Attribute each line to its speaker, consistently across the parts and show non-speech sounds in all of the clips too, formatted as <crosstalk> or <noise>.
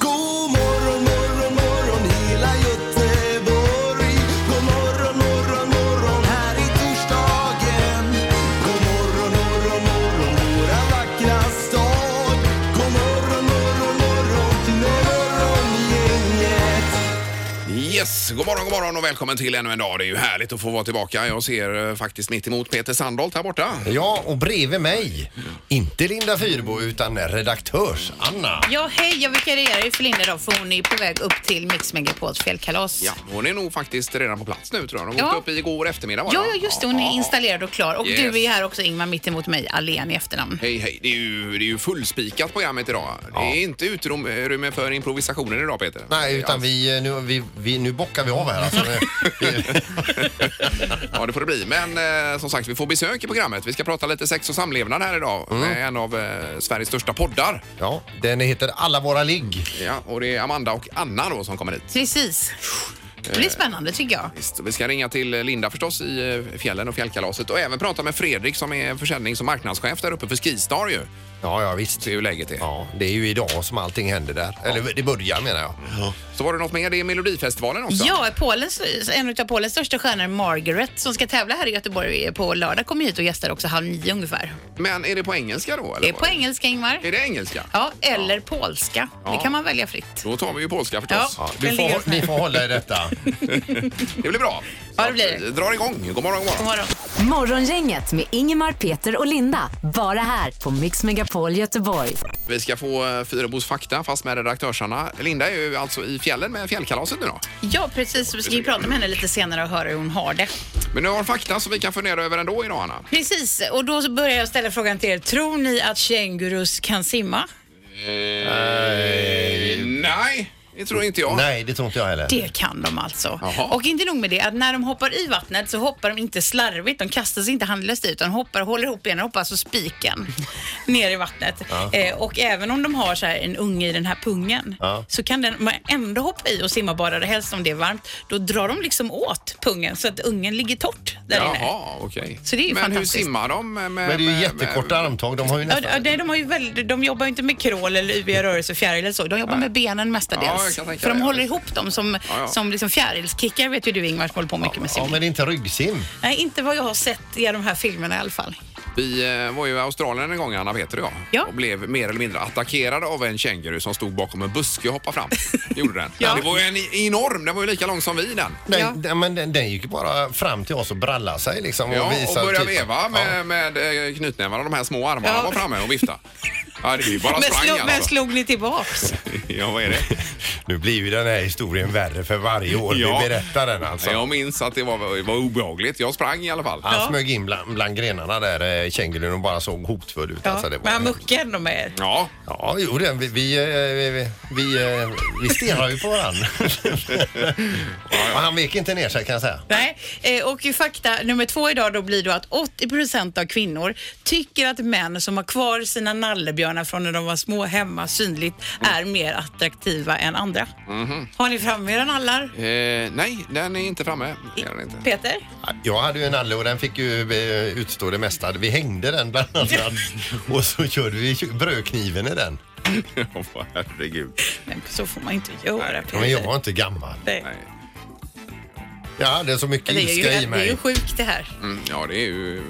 Speaker 1: God morgon, morgon, morgon hela Göteborg. God morgon, morgon, morgon här i torsdagen. God morgon, morgon, morgon våra vackra stad. God morgon, morgon, morgon till morgongänget.
Speaker 2: Yes, god morgon, god morgon och välkommen till ännu en dag. Det är ju härligt att få vara tillbaka. Jag ser eh, faktiskt mitt emot Peter Sandholt här borta.
Speaker 3: Ja, och bredvid mig, inte Linda Fyrbo utan redaktörs-Anna.
Speaker 4: Ja, hej, jag vikarierar ju för Linda då, för hon är på väg upp till Mix Megapols fjällkalas.
Speaker 2: Ja, hon är nog faktiskt redan på plats nu tror jag. Hon
Speaker 4: Ja.
Speaker 2: åkte upp igår eftermiddag bara.
Speaker 4: Ja, ja, just det. Hon är installerad och klar. Och
Speaker 2: Yes.
Speaker 4: du är här också, Ingmar, mitt emot mig, Alén i efternamn.
Speaker 2: Hej, hej. Det är ju, det är ju fullspikat programmet idag. Det är inte utrymme för improvisationer idag Peter.
Speaker 3: Nej, utan vi, eh, nu, vi, vi, nu bockar vi av här alltså.
Speaker 2: Ja, det får det bli. Men eh, som sagt, vi får besök i programmet. Vi ska prata lite sex och samlevnad här idag med en av eh, Sveriges största poddar.
Speaker 3: Mm. Ja, den heter Alla våra ligg.
Speaker 2: Ja, och det är Amanda och Anna då som kommer hit.
Speaker 4: Precis. Det blir spännande, tycker jag.
Speaker 2: Visst, och Vi ska ringa till Linda förstås i eh, fjällen och fjällkalaset och även prata med Fredrik som är försäljnings och marknadschef där uppe för Skistar ju.
Speaker 3: Ja, ja visst.
Speaker 2: Det är ju läget är.
Speaker 3: Ja, det är ju idag som allting händer där. Eller det börjar menar jag.
Speaker 2: Så var det något mer, det är Melodifestivalen också.
Speaker 4: Ja, Polens, en av Polens största stjärnor, Margaret, som ska tävla här i Göteborg på lördag, kommer hit och gästar också halv nio ungefär.
Speaker 2: Men är det på engelska då? Eller
Speaker 4: Det är
Speaker 2: vad?
Speaker 4: på engelska, Ingmar.
Speaker 2: Är det engelska?
Speaker 4: Ja, eller polska.
Speaker 2: Ja.
Speaker 4: Det kan man välja fritt.
Speaker 2: Då tar vi ju polska förstås.
Speaker 4: Ja.
Speaker 3: Du
Speaker 4: Den ligger
Speaker 3: får,
Speaker 4: så här.
Speaker 3: ni får hålla i detta.
Speaker 2: <laughs> Det blir bra.
Speaker 4: Ja,
Speaker 2: Så
Speaker 4: det blir
Speaker 2: att
Speaker 4: det.
Speaker 2: vi drar igång. God morgon, god
Speaker 4: God
Speaker 2: morgon.
Speaker 4: morgon.
Speaker 5: Morgongänget med Ingemar, Peter och Linda. Bara här på Mix Megapol Göteborg.
Speaker 2: Vi ska få eh, Fyrebos fakta fast med redaktörsarna. Linda är ju alltså i fjällen med fjällkalaset nu då.
Speaker 4: Ja, precis. Vi ska ju prata med henne lite senare och höra hur hon har det.
Speaker 2: Men nu har hon fakta som vi kan fundera över ändå idag Anna.
Speaker 4: Precis, och då så börjar jag ställa frågan till er. Tror ni att kängurus kan simma?
Speaker 3: Eh.
Speaker 2: Nej, det tror inte jag.
Speaker 3: Nej, det tror inte jag heller.
Speaker 4: Det kan de alltså.
Speaker 2: Jaha.
Speaker 4: Och inte nog med det, att när de hoppar i vattnet så hoppar de inte slarvigt. De kastas inte handlöst ut, utan hoppar, håller ihop benen och hoppar alltså
Speaker 3: <laughs>
Speaker 4: spiken ner i vattnet. Eh, och även om de har så här en unge i den här pungen
Speaker 3: Ja.
Speaker 4: så kan den man ändå hoppa i och simma bara, det, helst om det är varmt. Då drar de liksom åt pungen så att ungen ligger torrt där inne.
Speaker 2: Jaha, okej.
Speaker 4: Så det är ju
Speaker 2: Men hur
Speaker 4: fantastiskt.
Speaker 2: simmar de? Med,
Speaker 3: Men det är ju jättekorta armtag. De har ju
Speaker 4: Ja, d-
Speaker 3: nästan...
Speaker 4: ja, nej, de, har ju väl, de jobbar ju inte med crawl eller yviga rörelsefjärilar eller så. De jobbar med benen
Speaker 2: Ja, jag
Speaker 4: mestadels.
Speaker 2: kan tänka
Speaker 4: för de
Speaker 2: mig,
Speaker 4: håller
Speaker 2: ja,
Speaker 4: ihop dem som,
Speaker 2: ja.
Speaker 4: som liksom fjärilskickar vet ju du Ingmar som håller på mycket med
Speaker 3: Ja,
Speaker 4: simning.
Speaker 3: men det är inte ryggsim.
Speaker 4: Nej, inte vad jag har sett i de här filmerna i alla fall.
Speaker 2: Vi eh, var ju i Australien en gång, Anna Peter och jag.
Speaker 4: Ja.
Speaker 2: Och blev mer eller mindre attackerade av en känguru som stod bakom en buske
Speaker 4: <laughs>
Speaker 2: och hoppade fram. Gjorde den.
Speaker 4: Ja.
Speaker 2: Det var ju en enorm, den var ju lika lång som vi den.
Speaker 3: Den,
Speaker 4: Ja.
Speaker 3: den, men den, den gick ju bara fram till oss och brallade sig liksom. Och
Speaker 2: Ja, och
Speaker 3: visade
Speaker 2: började
Speaker 3: typ-
Speaker 2: veva med, med eh, knytnävarna. De här små armarna
Speaker 4: Ja.
Speaker 2: var framme och vifta. Ja, det är ju bara
Speaker 4: Men
Speaker 2: sprang
Speaker 4: slog,
Speaker 2: alla.
Speaker 4: men slog ni
Speaker 2: <laughs>
Speaker 4: tillbaks?
Speaker 2: Ja, vad är det?
Speaker 3: <laughs> Nu blir ju den här historien värre för varje år
Speaker 2: Ja.
Speaker 3: vi berättar den alltså.
Speaker 2: Jag minns att det var, det var obehagligt. Jag sprang i alla fall.
Speaker 3: Han smög in bland, bland grenarna där, eh, kängurun, och bara såg hotfull ut.
Speaker 4: Ja,
Speaker 3: Alltså, det var
Speaker 4: men han muckade ändå med er.
Speaker 2: Ja,
Speaker 3: Ja, jo, det, vi, vi, eh, vi, vi, eh, vi stirrar ju
Speaker 2: <laughs>
Speaker 3: på varandra. Och han vek inte ner sig kan jag säga.
Speaker 4: Nej, eh, och ju fakta nummer två idag då blir då att 80 procent av kvinnor tycker att män som har kvar sina nallebjörnar från när de var små hemma synligt är mer attraktiva än andra. Har ni framme era nallar?
Speaker 2: Mhm. eh, nej, den är inte framme. Det är den inte.
Speaker 4: Peter?
Speaker 3: Jag hade ju en nalle och den fick ju eh, utstå det mesta. Vi hängde den bland annat <laughs> och så körde vi brödkniven
Speaker 2: <laughs>
Speaker 3: i den.
Speaker 2: Åh, Herregud.
Speaker 4: Men så får man inte göra Peter.
Speaker 3: Men jag var inte gammal.
Speaker 4: Nej.
Speaker 2: Nej.
Speaker 3: Jag hade så mycket
Speaker 4: Det är, ju,
Speaker 3: ilska i
Speaker 4: det är
Speaker 3: mig.
Speaker 4: ju sjukt det här.
Speaker 2: Mm, ja, det är ju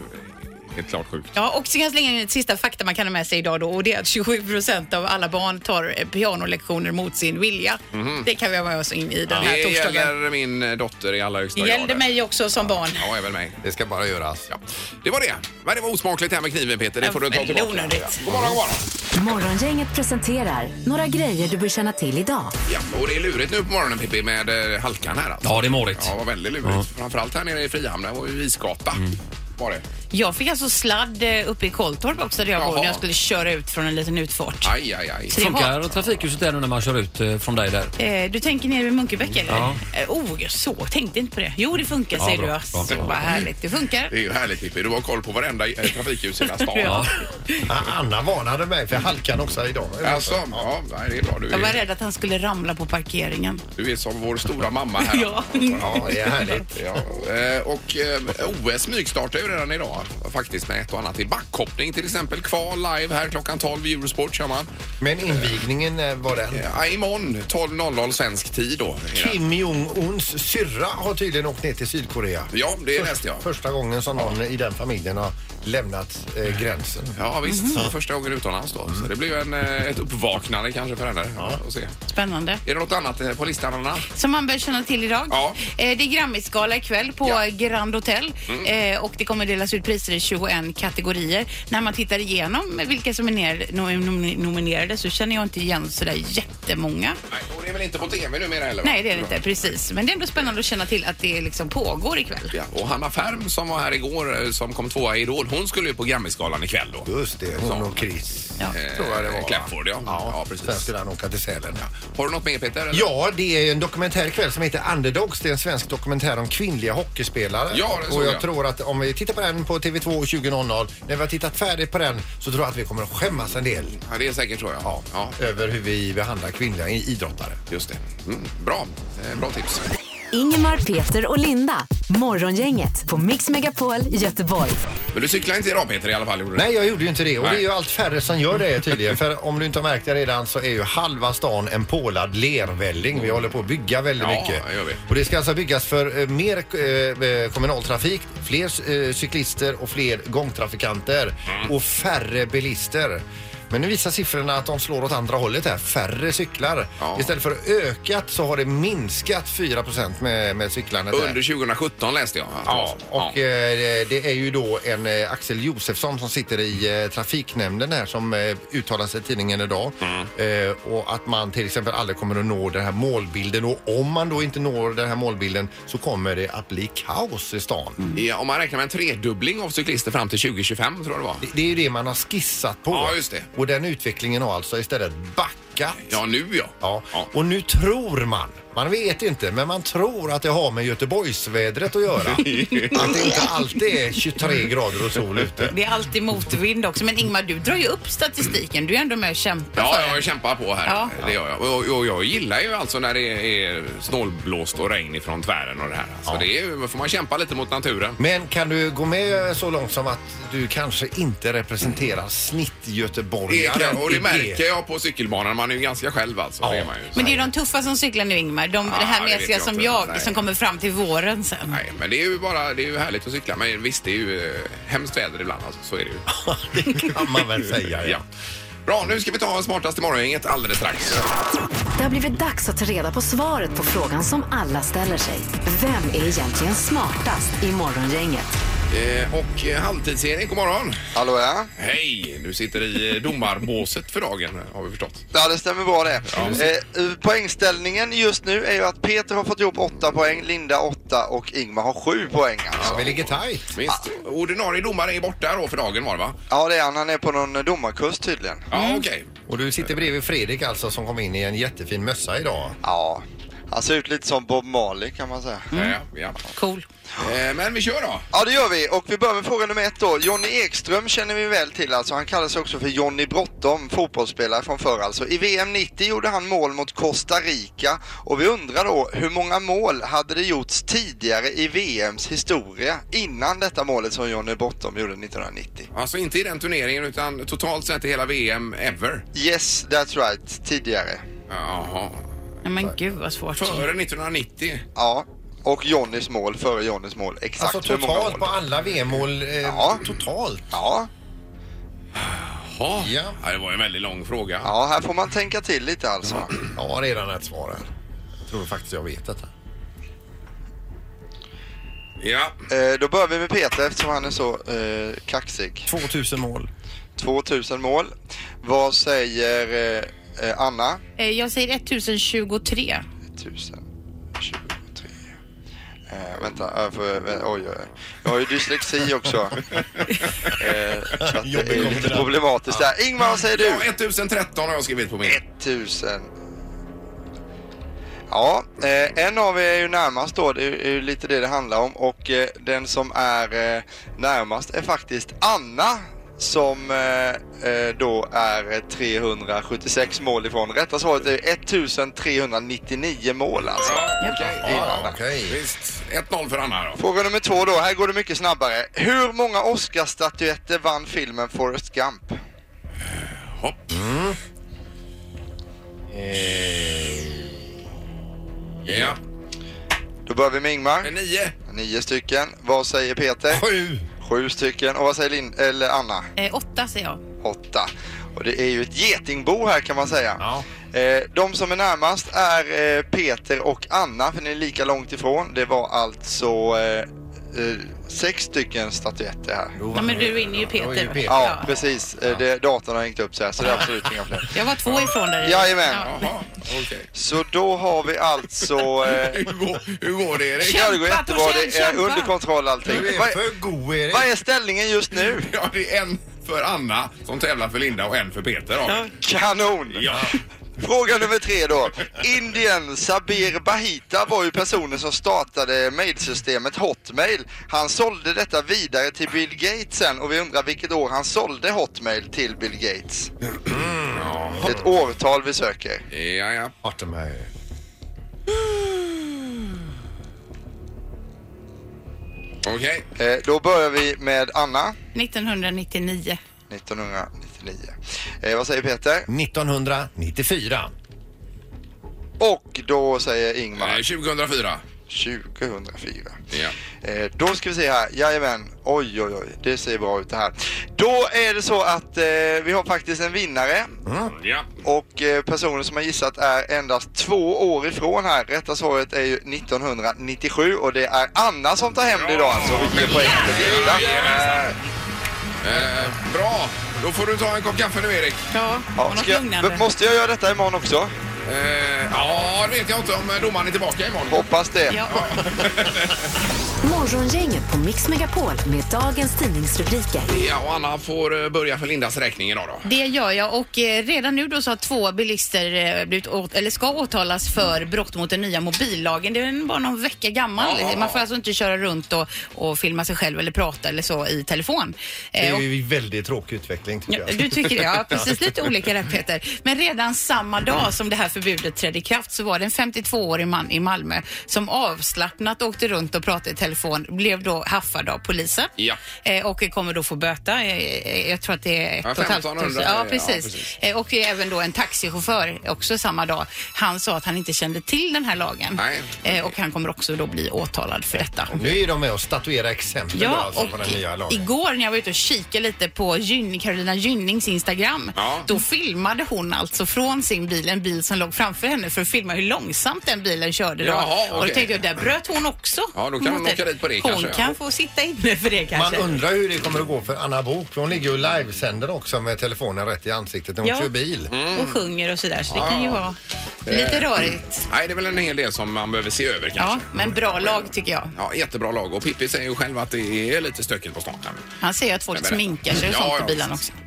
Speaker 2: helt klart sjukt.
Speaker 4: Ja, och så kan jag slänga in ett sista fakta man kan ha med sig idag då och det är att 27 procent av alla barn tar eh, pianolektioner mot sin vilja. Det kan vi ha med oss in i den här
Speaker 2: Mhm. Det
Speaker 4: torsdagen.
Speaker 2: gäller min eh, dotter i allra högsta
Speaker 4: Det
Speaker 2: grad.
Speaker 4: gällde mig också som barn.
Speaker 2: Ja, även mig.
Speaker 3: Det ska bara göras.
Speaker 2: Ja. Det var det. Men det var osmakligt det här med kniven Peter. Det får du ta
Speaker 4: Ja,
Speaker 2: tillbaka.
Speaker 4: onödigt.
Speaker 2: Ja. God morgon, god morgon.
Speaker 5: Morgongänget presenterar några grejer du bör känna till idag.
Speaker 2: Ja, och det är lurigt nu på morgonen Pippi med eh, halkan här alltså.
Speaker 6: Ja, Mm. det är morigt.
Speaker 2: Ja, det var väldigt lurigt. Framförallt här nere i Frihamn. Där var ju isgata. Var det.
Speaker 4: Jag fick alltså sladd eh, uppe i Koltorp också där jag bor
Speaker 2: Jaha.
Speaker 4: när jag skulle köra ut från en liten utfart.
Speaker 2: Aj, aj, aj.
Speaker 4: Så det var-
Speaker 6: Funkar och trafikljuset där nu när man kör ut eh, från dig där?
Speaker 4: Eh, du tänker nere vid Munkebäck eller?
Speaker 6: Ja.
Speaker 4: Eh, oh, jag så tänkte inte på det. Jo, det funkar säger
Speaker 6: bra,
Speaker 4: du.
Speaker 6: bra,
Speaker 4: Alltså,
Speaker 6: bra.
Speaker 4: Vad härligt, det funkar.
Speaker 2: Det är ju härligt Pippi, du har koll på varenda eh, trafikljus i hela
Speaker 6: <laughs>
Speaker 2: stan.
Speaker 4: Ja.
Speaker 3: Ah, Anna varnade mig för halkan också idag.
Speaker 2: Alltså, ja, nej, det är bra. Du
Speaker 4: Jag var
Speaker 2: är,
Speaker 4: rädd att han skulle ramla på parkeringen.
Speaker 2: du är som vår stora mamma här.
Speaker 4: <laughs> Ja.
Speaker 2: ja
Speaker 3: det är härligt.
Speaker 2: Ja, eh, och eh, OS smygstartar ju redan idag faktiskt med ett och annat till. Backhoppning till exempel, kval live här klockan 12 i Eurosport kör man.
Speaker 3: Men invigningen eh, var den.
Speaker 2: Ja, imorgon 12.00 svensk tid då.
Speaker 3: Kim Jong-Uns syrra har tydligen åkt ner till Sydkorea.
Speaker 2: Ja, det
Speaker 3: Först-
Speaker 2: läste jag.
Speaker 3: Första gången som någon i den familjen har lämnat eh, gränsen.
Speaker 2: Mm.
Speaker 3: Mm.
Speaker 2: Ja visst,
Speaker 3: Mhm.
Speaker 2: Så första gången utomlands då. Så det blir ju en, eh, ett uppvaknande kanske för henne. Ja. att se.
Speaker 4: Spännande.
Speaker 2: Är det något annat eh, på listan Anna?
Speaker 4: Som man bör känna till idag.
Speaker 2: Ja.
Speaker 4: Eh, det är Grammisgala ikväll på
Speaker 2: Ja. Mm.
Speaker 4: Grand Hotel eh, och det kommer delas ut priser i 21 kategorier. När man tittar igenom vilka som är ner, nom- nom- nominerade så känner jag inte igen sådär jättemånga.
Speaker 2: Nej, och det är väl inte på tv numera heller? va?
Speaker 4: Nej, det är det inte. Precis. Men det är ändå spännande att känna till att det liksom pågår ikväll.
Speaker 2: Ja, och Hanna Färm som var här igår, eh, som kom tvåa i Idol, hon skulle ju på Grammisgalan ikväll då.
Speaker 3: Just det,
Speaker 2: Mm.
Speaker 3: hon och Chris.
Speaker 4: Ja.
Speaker 3: Tror jag det var. va?
Speaker 2: Clafford, ja. Ja, precis.
Speaker 3: Sen skulle han åka till Sälen.
Speaker 2: Har du något mer Peter? eller?
Speaker 3: Ja, det är en dokumentär ikväll som heter Underdogs. Det är en svensk dokumentär om kvinnliga hockeyspelare.
Speaker 2: Ja, det såg
Speaker 3: och jag
Speaker 2: jag.
Speaker 3: tror att om vi tittar på den på TV2 och 20.00, när vi har tittat färdigt på den så tror jag att vi kommer att skämmas en del
Speaker 2: ja det är säkert så ja. ja.
Speaker 3: över hur vi behandlar kvinnliga i- idrottare.
Speaker 2: Just det. Mm, bra. Eh, Bra tips.
Speaker 5: Ingemar, Peter och Linda. Morgongänget på Mix Megapol Göteborg.
Speaker 2: Men du cyklar inte idag Peter i alla fall? Gjorde du?
Speaker 3: Nej, jag gjorde ju inte det. Och
Speaker 2: Nej.
Speaker 3: det är ju allt färre som gör
Speaker 2: <laughs>
Speaker 3: det tydligen. För om du inte har märkt det redan så är ju halva stan en pålad lervälling.
Speaker 2: Mm.
Speaker 3: Vi håller på att bygga väldigt
Speaker 2: Ja,
Speaker 3: mycket.
Speaker 2: det gör vi.
Speaker 3: Och det ska alltså byggas för eh, mer eh, eh, kommunaltrafik, fler eh, cyklister och fler gångtrafikanter och färre bilister. Men nu visar siffrorna att de slår åt andra hållet här. Färre cyklar.
Speaker 2: Ja.
Speaker 3: Istället för ökat så har det minskat 4 med, med cyklandet. här.
Speaker 2: Under 2017 läste jag.
Speaker 3: Ja, och eh, det är ju då en eh, Axel Josefsson som sitter i eh, trafiknämnden här som eh, uttalar sig i tidningen idag.
Speaker 2: Mm.
Speaker 3: Eh, och att man till exempel aldrig kommer att nå den här målbilden och om man då inte når den här målbilden så kommer det att bli kaos i stan.
Speaker 2: Ja, om man räknar med en tredubbling av cyklister fram till 2025 tror jag det var.
Speaker 3: Det, det är ju det man har skissat på.
Speaker 2: Ja, just det.
Speaker 3: Och den utvecklingen har alltså istället backat.
Speaker 2: Ja, nu ja.
Speaker 3: Ja. Och nu tror man, man vet inte, men man tror att det har med Göteborgsvädret
Speaker 2: <laughs>
Speaker 3: att göra. att det inte alltid är 23 grader och sol ute.
Speaker 4: Det är alltid motvind också. Men Ingmar, du drar ju upp statistiken. Du är ändå med och kämpar
Speaker 2: Ja,
Speaker 4: för
Speaker 2: jag
Speaker 4: den.
Speaker 2: kämpar på här.
Speaker 4: Ja.
Speaker 2: Det gör jag. Och, och jag gillar ju alltså när det är snålblåst och regn ifrån tvären och det här. Så det är, ju- får man kämpa lite mot naturen.
Speaker 3: Men kan du gå med så långt som att du kanske inte representerar
Speaker 2: Det
Speaker 3: snittgöteborgaren?
Speaker 2: kan, och
Speaker 3: i
Speaker 2: det märker jag på cykelbanan. Man är ju ganska själv alltså.
Speaker 3: Ja.
Speaker 2: Det är man ju.
Speaker 4: Men det är ju de tuffa som cyklar nu Ingmar. De, det här
Speaker 2: det vet
Speaker 4: mesiga
Speaker 2: jag
Speaker 4: som
Speaker 2: inte.
Speaker 4: jag,
Speaker 2: Nej.
Speaker 4: som kommer fram till våren sen.
Speaker 2: Nej, men det är ju bara det är ju härligt att cykla. Men visst, det är ju eh, hemskt väder ibland. Alltså, så är det
Speaker 3: <laughs>
Speaker 2: ju.
Speaker 3: det kan man väl säga.
Speaker 2: Ja.
Speaker 3: Ja.
Speaker 2: Bra, nu ska vi ta smartaste morgongänget alldeles strax.
Speaker 5: Det har blivit dags att ta reda på svaret på frågan som alla ställer sig. Vem är egentligen smartast i Morgongänget?
Speaker 2: Eh, och eh, halvtids-Erik, god morgon.
Speaker 7: Hallå ja.
Speaker 2: Hej! Du sitter i eh, domarbåset för dagen, har vi förstått.
Speaker 7: Ja det stämmer bra det. Eh, poängställningen just nu är ju att Peter har fått ihop 8 poäng, Linda 8 och Ingmar har 7 poäng alltså.
Speaker 3: Vi ligger tajt.
Speaker 2: Visst. Ordinarie domare är borta då för dagen var det va?
Speaker 7: Ja Mm. det är han, han är på någon domarkurs tydligen.
Speaker 2: Ja, okej.
Speaker 3: Och du sitter bredvid Fredrik alltså som kom in i en jättefin mössa idag.
Speaker 7: Ja, han ser ut lite som Bob Marley kan man säga.
Speaker 2: Ja, ja.
Speaker 4: Cool.
Speaker 2: Eh, men vi kör då.
Speaker 7: Ja det gör vi och vi börjar med fråga nummer ett då. Jonny Ekström känner vi väl till alltså. Han kallar sig också för Jonny Brottom, fotbollsspelare från förr alltså. I VM 90 gjorde han mål mot Costa Rica och vi undrar då hur många mål hade det gjorts tidigare i VMs historia innan detta målet som Jonny Brottom gjorde 1990?
Speaker 2: Alltså inte i den turneringen utan totalt sett i hela VM ever.
Speaker 7: Yes, that's right. Tidigare.
Speaker 2: Jaha.
Speaker 4: Nej, men gud vad svårt.
Speaker 2: Före 1990.
Speaker 7: Ja. Och Johnnys mål före Johnnys mål. Exakt
Speaker 3: Alltså
Speaker 7: hur många
Speaker 3: totalt
Speaker 7: mål?
Speaker 3: på alla VM-mål. Eh,
Speaker 7: Ja.
Speaker 3: Totalt.
Speaker 7: Ja.
Speaker 2: Ja.
Speaker 3: Ja.
Speaker 2: ja, det var en väldigt lång fråga.
Speaker 7: ja, här får man tänka till lite alltså.
Speaker 3: Jag har redan ett svar här. Jag tror faktiskt jag vet detta.
Speaker 2: Ja.
Speaker 7: Eh, då börjar vi med Peter eftersom han är så eh, kaxig.
Speaker 3: 2000 mål.
Speaker 7: 2000 mål. Vad säger eh, eh, Anna?
Speaker 4: Eh, Jag säger 1023.
Speaker 7: 1023. Eh, vänta, jag, får, vä- oj, oj, oj. jag har ju dyslexi
Speaker 3: <laughs>
Speaker 7: också. eh, så att det är lite problematiskt där. Ingmar, vad säger du?
Speaker 2: Ja, 1013 har jag skrivit på min.
Speaker 7: 1000. Ja, eh, en av er är ju närmast då. Det är ju- är ju lite det det handlar om. Och eh, den som är eh, närmast är faktiskt Anna som eh, eh, då är eh, 376 mål ifrån. Rätta svaret är 1399 mål alltså.
Speaker 3: Ja, okej.
Speaker 2: Visst. 1-0 för Anna då.
Speaker 7: Fråga nummer två då. Här går det mycket snabbare. Hur många Oscarsstatyetter vann filmen Forrest Gump?
Speaker 2: Hopp.
Speaker 7: Eh.
Speaker 2: Ja.
Speaker 7: Då börjar vi med Ingmar.
Speaker 2: Men nio.
Speaker 7: Nio stycken. Vad säger Peter?
Speaker 2: Sju.
Speaker 7: Sju stycken. Och vad säger Lin- eller Anna?
Speaker 4: Eh, åtta säger jag.
Speaker 7: Åtta. Och det är ju ett getingbo här kan man säga.
Speaker 3: Ja.
Speaker 7: Eh, de som är närmast är eh, Peter och Anna, för ni är lika långt ifrån. Det var alltså eh, eh, sex stycken statyetter här.
Speaker 3: Då
Speaker 4: Ja,
Speaker 3: vann
Speaker 4: men
Speaker 3: jag.
Speaker 4: du är inne ju
Speaker 3: Då
Speaker 4: Peter.
Speaker 3: är ju Peter.
Speaker 7: Ja, precis. Eh, det, datorn har hängt upp sig här, så det är absolut inga fler.
Speaker 4: Jag var två ifrån dig.
Speaker 7: Jajamän.
Speaker 2: Jaha, okej.
Speaker 7: Så då har vi alltså... Eh,
Speaker 2: Hur, går, hur går det Erik?
Speaker 7: ja, det går
Speaker 4: Kämpa,
Speaker 7: jättebra. Det är
Speaker 4: Torsten, kämpa.
Speaker 7: under kontroll allting.
Speaker 3: Du
Speaker 7: Vad
Speaker 3: är
Speaker 7: är,
Speaker 3: för god Erik.
Speaker 7: vad är ställningen just nu?
Speaker 2: Ja, det är en för Anna som tävlar för Linda och en för Peter då.
Speaker 7: Kanon!
Speaker 2: Ja.
Speaker 7: Fråga nummer tre då. Indien Sabir Bahita var ju personen som startade mailsystemet Hotmail. Han sålde detta vidare till Bill Gates sen och vi undrar vilket år han sålde Hotmail till Bill Gates.
Speaker 3: Mm.
Speaker 7: Ett årtal vi söker.
Speaker 2: Ja, ja.
Speaker 3: Arta mig.
Speaker 2: Okej.
Speaker 7: Eh, Då börjar vi med Anna,
Speaker 4: 1999.
Speaker 7: 1999. Eh, vad säger Peter?
Speaker 3: 1994.
Speaker 7: Och då säger Ingmar,
Speaker 2: Eh, 2004.
Speaker 7: 2004.
Speaker 2: Ja.
Speaker 7: Eh, då ska vi se här. Jajamän. Oj, oj, oj. Det ser bra ut det här. Då är det så att eh, vi har faktiskt en vinnare
Speaker 2: Mm, Ja.
Speaker 7: och eh, personen som har gissat är endast två år ifrån här. Rätta svaret är ju 1997 och det är Anna som tar hem det idag alltså och ger poäng till Linda.
Speaker 2: Eh, bra. Då får du ta en kopp kaffe nu Erik.
Speaker 4: Ja,
Speaker 7: Ja,
Speaker 4: och något
Speaker 7: ska jag,
Speaker 4: lugnande.
Speaker 7: måste jag göra detta imorgon också?
Speaker 2: Eh, ja, det vet jag inte om domaren är tillbaka imorgon.
Speaker 7: Hoppas det.
Speaker 4: Ja.
Speaker 5: Morgongänget på Mix Megapol med dagens tidningsrubriker.
Speaker 2: Ja, och Anna får eh, börja för Lindas räkning idag då.
Speaker 4: Det gör jag och eh, redan nu då så har två bilister eh, blivit åt, eller ska åtalas för brott mot den nya mobillagen. Det är den bara någon vecka gammal.
Speaker 2: Ja.
Speaker 4: Man får alltså inte köra runt och, och filma sig själv eller prata eller så i telefon.
Speaker 3: Det
Speaker 4: Eh,
Speaker 3: är
Speaker 4: och-
Speaker 3: ju en väldigt tråkig utveckling tycker
Speaker 4: Ja,
Speaker 3: jag.
Speaker 4: du tycker
Speaker 2: <laughs>
Speaker 4: det? Ja,
Speaker 3: <laughs>
Speaker 4: precis. Lite olika där Peter. Men redan samma
Speaker 2: Mm.
Speaker 4: dag som det här förbudet trädde i kraft så var det en 52-årig man i Malmö som avslappnat åkte runt och pratade i telefon, blev då haffad av polisen.
Speaker 2: Ja.
Speaker 4: Eh, och kommer då få böta. Eh, eh, Jag tror att det är ett
Speaker 2: Ja,
Speaker 4: och ett halvt
Speaker 2: 1500,
Speaker 4: tusen.
Speaker 2: ja,
Speaker 4: Ja, precis.
Speaker 2: precis.
Speaker 4: Eh, och även då en taxichaufför också samma dag. Han sa att han inte kände till den här lagen.
Speaker 2: Nej.
Speaker 4: Eh, och han kommer också då bli åtalad för detta.
Speaker 3: Nu är ju de med och statuerar exempel då,
Speaker 4: Ja,
Speaker 3: alltså, på
Speaker 4: och
Speaker 3: den nya
Speaker 4: i-
Speaker 3: lagen.
Speaker 4: igår när jag var ute och kikade lite på Gyn, Carolina Gynnings Instagram,
Speaker 2: Ja.
Speaker 4: då filmade hon alltså från sin bil, en bil som låg framför henne för att filma hur långsamt den bilen körde. Då.
Speaker 2: Jaha,
Speaker 4: och
Speaker 2: okej.
Speaker 4: då tänkte jag, där bröt hon också.
Speaker 2: Ja, då kan hon
Speaker 4: mot
Speaker 2: åka dit på det
Speaker 4: Hon
Speaker 2: kanske, ja.
Speaker 4: kan få sitta inne för det
Speaker 3: Man
Speaker 4: kanske.
Speaker 3: undrar hur det kommer att gå för Anna Bok. för Hon ligger ju och livesänder också med telefonen rätt i ansiktet när hon
Speaker 4: Ja.
Speaker 3: kör bil.
Speaker 4: Mm. Och sjunger och sådär, så det kan ju vara
Speaker 2: Eh.
Speaker 4: lite rörigt.
Speaker 2: Nej, det är väl en hel del som man behöver se över
Speaker 4: Ja,
Speaker 2: kanske.
Speaker 4: men bra lag tycker jag.
Speaker 2: Ja, jättebra lag. Och Pippi säger ju själv att det är lite stökigt på stan. här.
Speaker 4: Han säger att folk
Speaker 2: Nej, men-
Speaker 4: sminkar sig och
Speaker 2: Ja,
Speaker 4: sånt
Speaker 2: ja,
Speaker 4: i bilen
Speaker 2: visst.
Speaker 4: också.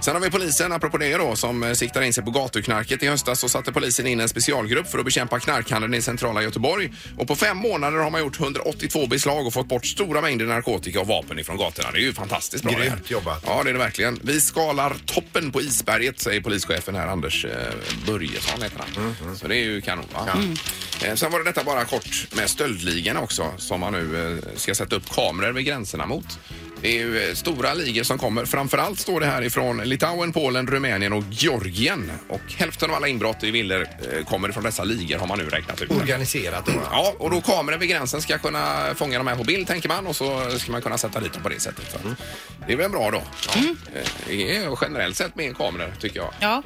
Speaker 2: Sen har vi polisen, apropå det då, som eh, siktar in sig på gatuknarket. I höstas så satte polisen in en specialgrupp för att bekämpa knarkhandeln i centrala Göteborg. Och på fem månader har man gjort 182 beslag och fått bort stora mängder narkotika och vapen ifrån gatorna. Det är ju fantastiskt bra. det här.
Speaker 3: Grymt jobbat.
Speaker 2: Ja, det är det verkligen. Vi skalar toppen på isberget, säger polischefen här, Anders eh, Börjesson heter han. Så det är ju kanon va? Eh, Sen var det detta bara kort med stöldligorna också som man nu eh, ska sätta upp kameror vid gränserna mot. Det är ju eh, stora ligor som kommer. Framförallt står det här ifrån Litauen, Polen, Rumänien och Georgien. Och hälften av alla inbrott i villor eh, kommer från dessa ligor har man nu räknat ut.
Speaker 3: Organiserat då. va?
Speaker 2: Ja, och då kameror vid gränsen ska kunna fånga dem här på bild tänker man och så ska man kunna sätta dit dem på det sättet.
Speaker 3: Mm.
Speaker 2: Så. Det är väl bra då. Ja. Eh, Det är generellt sett med kameror tycker jag.
Speaker 4: Mm. Ja,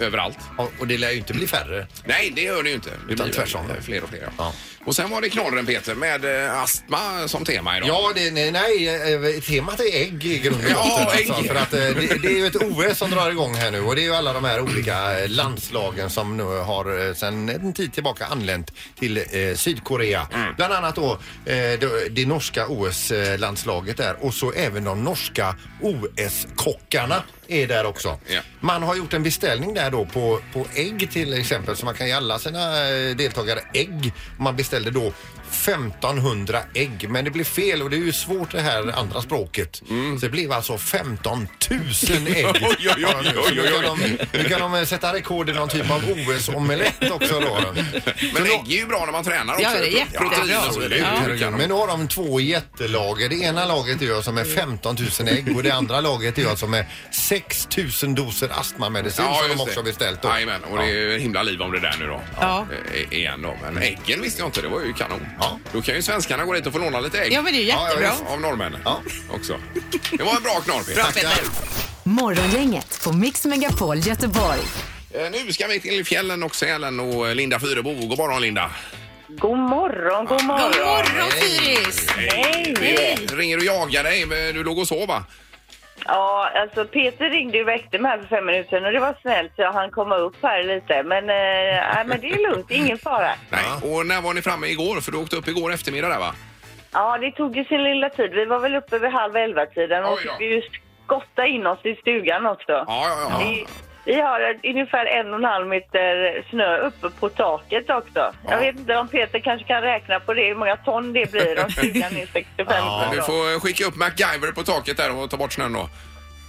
Speaker 2: överallt.
Speaker 3: Och- Och det lär ju inte bli färre.
Speaker 2: Nej, det gör det ju inte. Det
Speaker 3: Utan
Speaker 2: blir
Speaker 3: tvärtom.
Speaker 2: väl, eh, Fler och fler. Ja.
Speaker 3: Ja.
Speaker 2: Och sen var det knorren Peter med eh, astma som tema idag.
Speaker 3: Ja, det, nej, nej, eh, temat är ägg i grund och
Speaker 2: Ja,
Speaker 3: botten,
Speaker 2: ägg.
Speaker 3: För att eh, det, det är ju ett OS som drar igång här nu och det är ju alla de här olika eh, landslagen som nu har eh, sedan en tid tillbaka anlänt till eh, Sydkorea.
Speaker 2: Mm.
Speaker 3: Bland annat då eh, det, det norska OS-landslaget där och så även de norska OS-kockarna är där också.
Speaker 2: Ja.
Speaker 3: Man har gjort en beställning där då på, på ägg till exempel så man kan ge alla sina eh, deltagare ägg. Man beställde då 1500 ägg men det blev fel och det är ju svårt det här andra språket. Så det blev alltså 15
Speaker 2: <laughs>
Speaker 3: 000
Speaker 2: Oj,
Speaker 3: ägg.
Speaker 2: oj, oj, oj, oj, oj.
Speaker 3: Nu kan de, nu kan de <laughs> eh, sätta rekord i någon typ av OS-omelett också då.
Speaker 2: Men ägg är ju bra när man tränar också.
Speaker 4: Ja, det är jättebra.
Speaker 2: Protein och så vidare.
Speaker 3: Ja.
Speaker 2: Det är ju kanon.
Speaker 3: Men nu har de två jättelager. Det ena laget är jag som är 15 000 ägg och det andra laget är jag som är 6 000 doser astmamedicin som
Speaker 2: just
Speaker 3: de också
Speaker 2: det.
Speaker 3: har beställt. Då.
Speaker 2: Jajamän, och det är ju en himla liv om det där nu då.
Speaker 4: Ja.
Speaker 2: E- igen då. Men äggen visste jag inte, det var ju kanon.
Speaker 3: Ja.
Speaker 2: Då kan ju svenskarna gå dit och få låna lite ägg.
Speaker 4: Ja, men det är ju
Speaker 2: Ja,
Speaker 4: jättebra.
Speaker 2: visst, av norrmännen
Speaker 3: Ja.
Speaker 2: också. Det var en bra knorr Peter.
Speaker 4: Bra, Peter.
Speaker 5: Morgongänget på Mix Megapol Göteborg.
Speaker 2: Eh, Nu ska vi till fjällen och Sälen och eh, Linda Fyrebo. God morgon Linda.
Speaker 8: God morgon, god morgon.
Speaker 4: God morgon, Fyris!
Speaker 2: Hej! Vi ringer och jagar dig, men du låg och sov va?
Speaker 8: Ja, alltså Peter ringde ju och väckte mig här för fem minuter sedan och det var snällt så jag hann komma upp här lite. Men, eh, nej, men det är lugnt, ingen fara.
Speaker 2: Nej. Och när var ni framme igår? För du åkte upp igår eftermiddag där va?
Speaker 8: Ja, det tog ju sin lilla tid. Vi var väl uppe vid halv elva-tiden och
Speaker 2: Oj då.
Speaker 8: fick ju skotta in oss i stugan också.
Speaker 2: Ja, ja, ja.
Speaker 8: Vi, vi har ett- ungefär en och en halv meter snö uppe på taket också.
Speaker 2: Ja.
Speaker 8: Jag vet inte om Peter kanske kan räkna på det, hur många ton det blir om
Speaker 2: <laughs>
Speaker 8: stugan är 65
Speaker 2: Ja,
Speaker 8: ton.
Speaker 2: du får skicka upp MacGyver på taket där och ta bort snön då.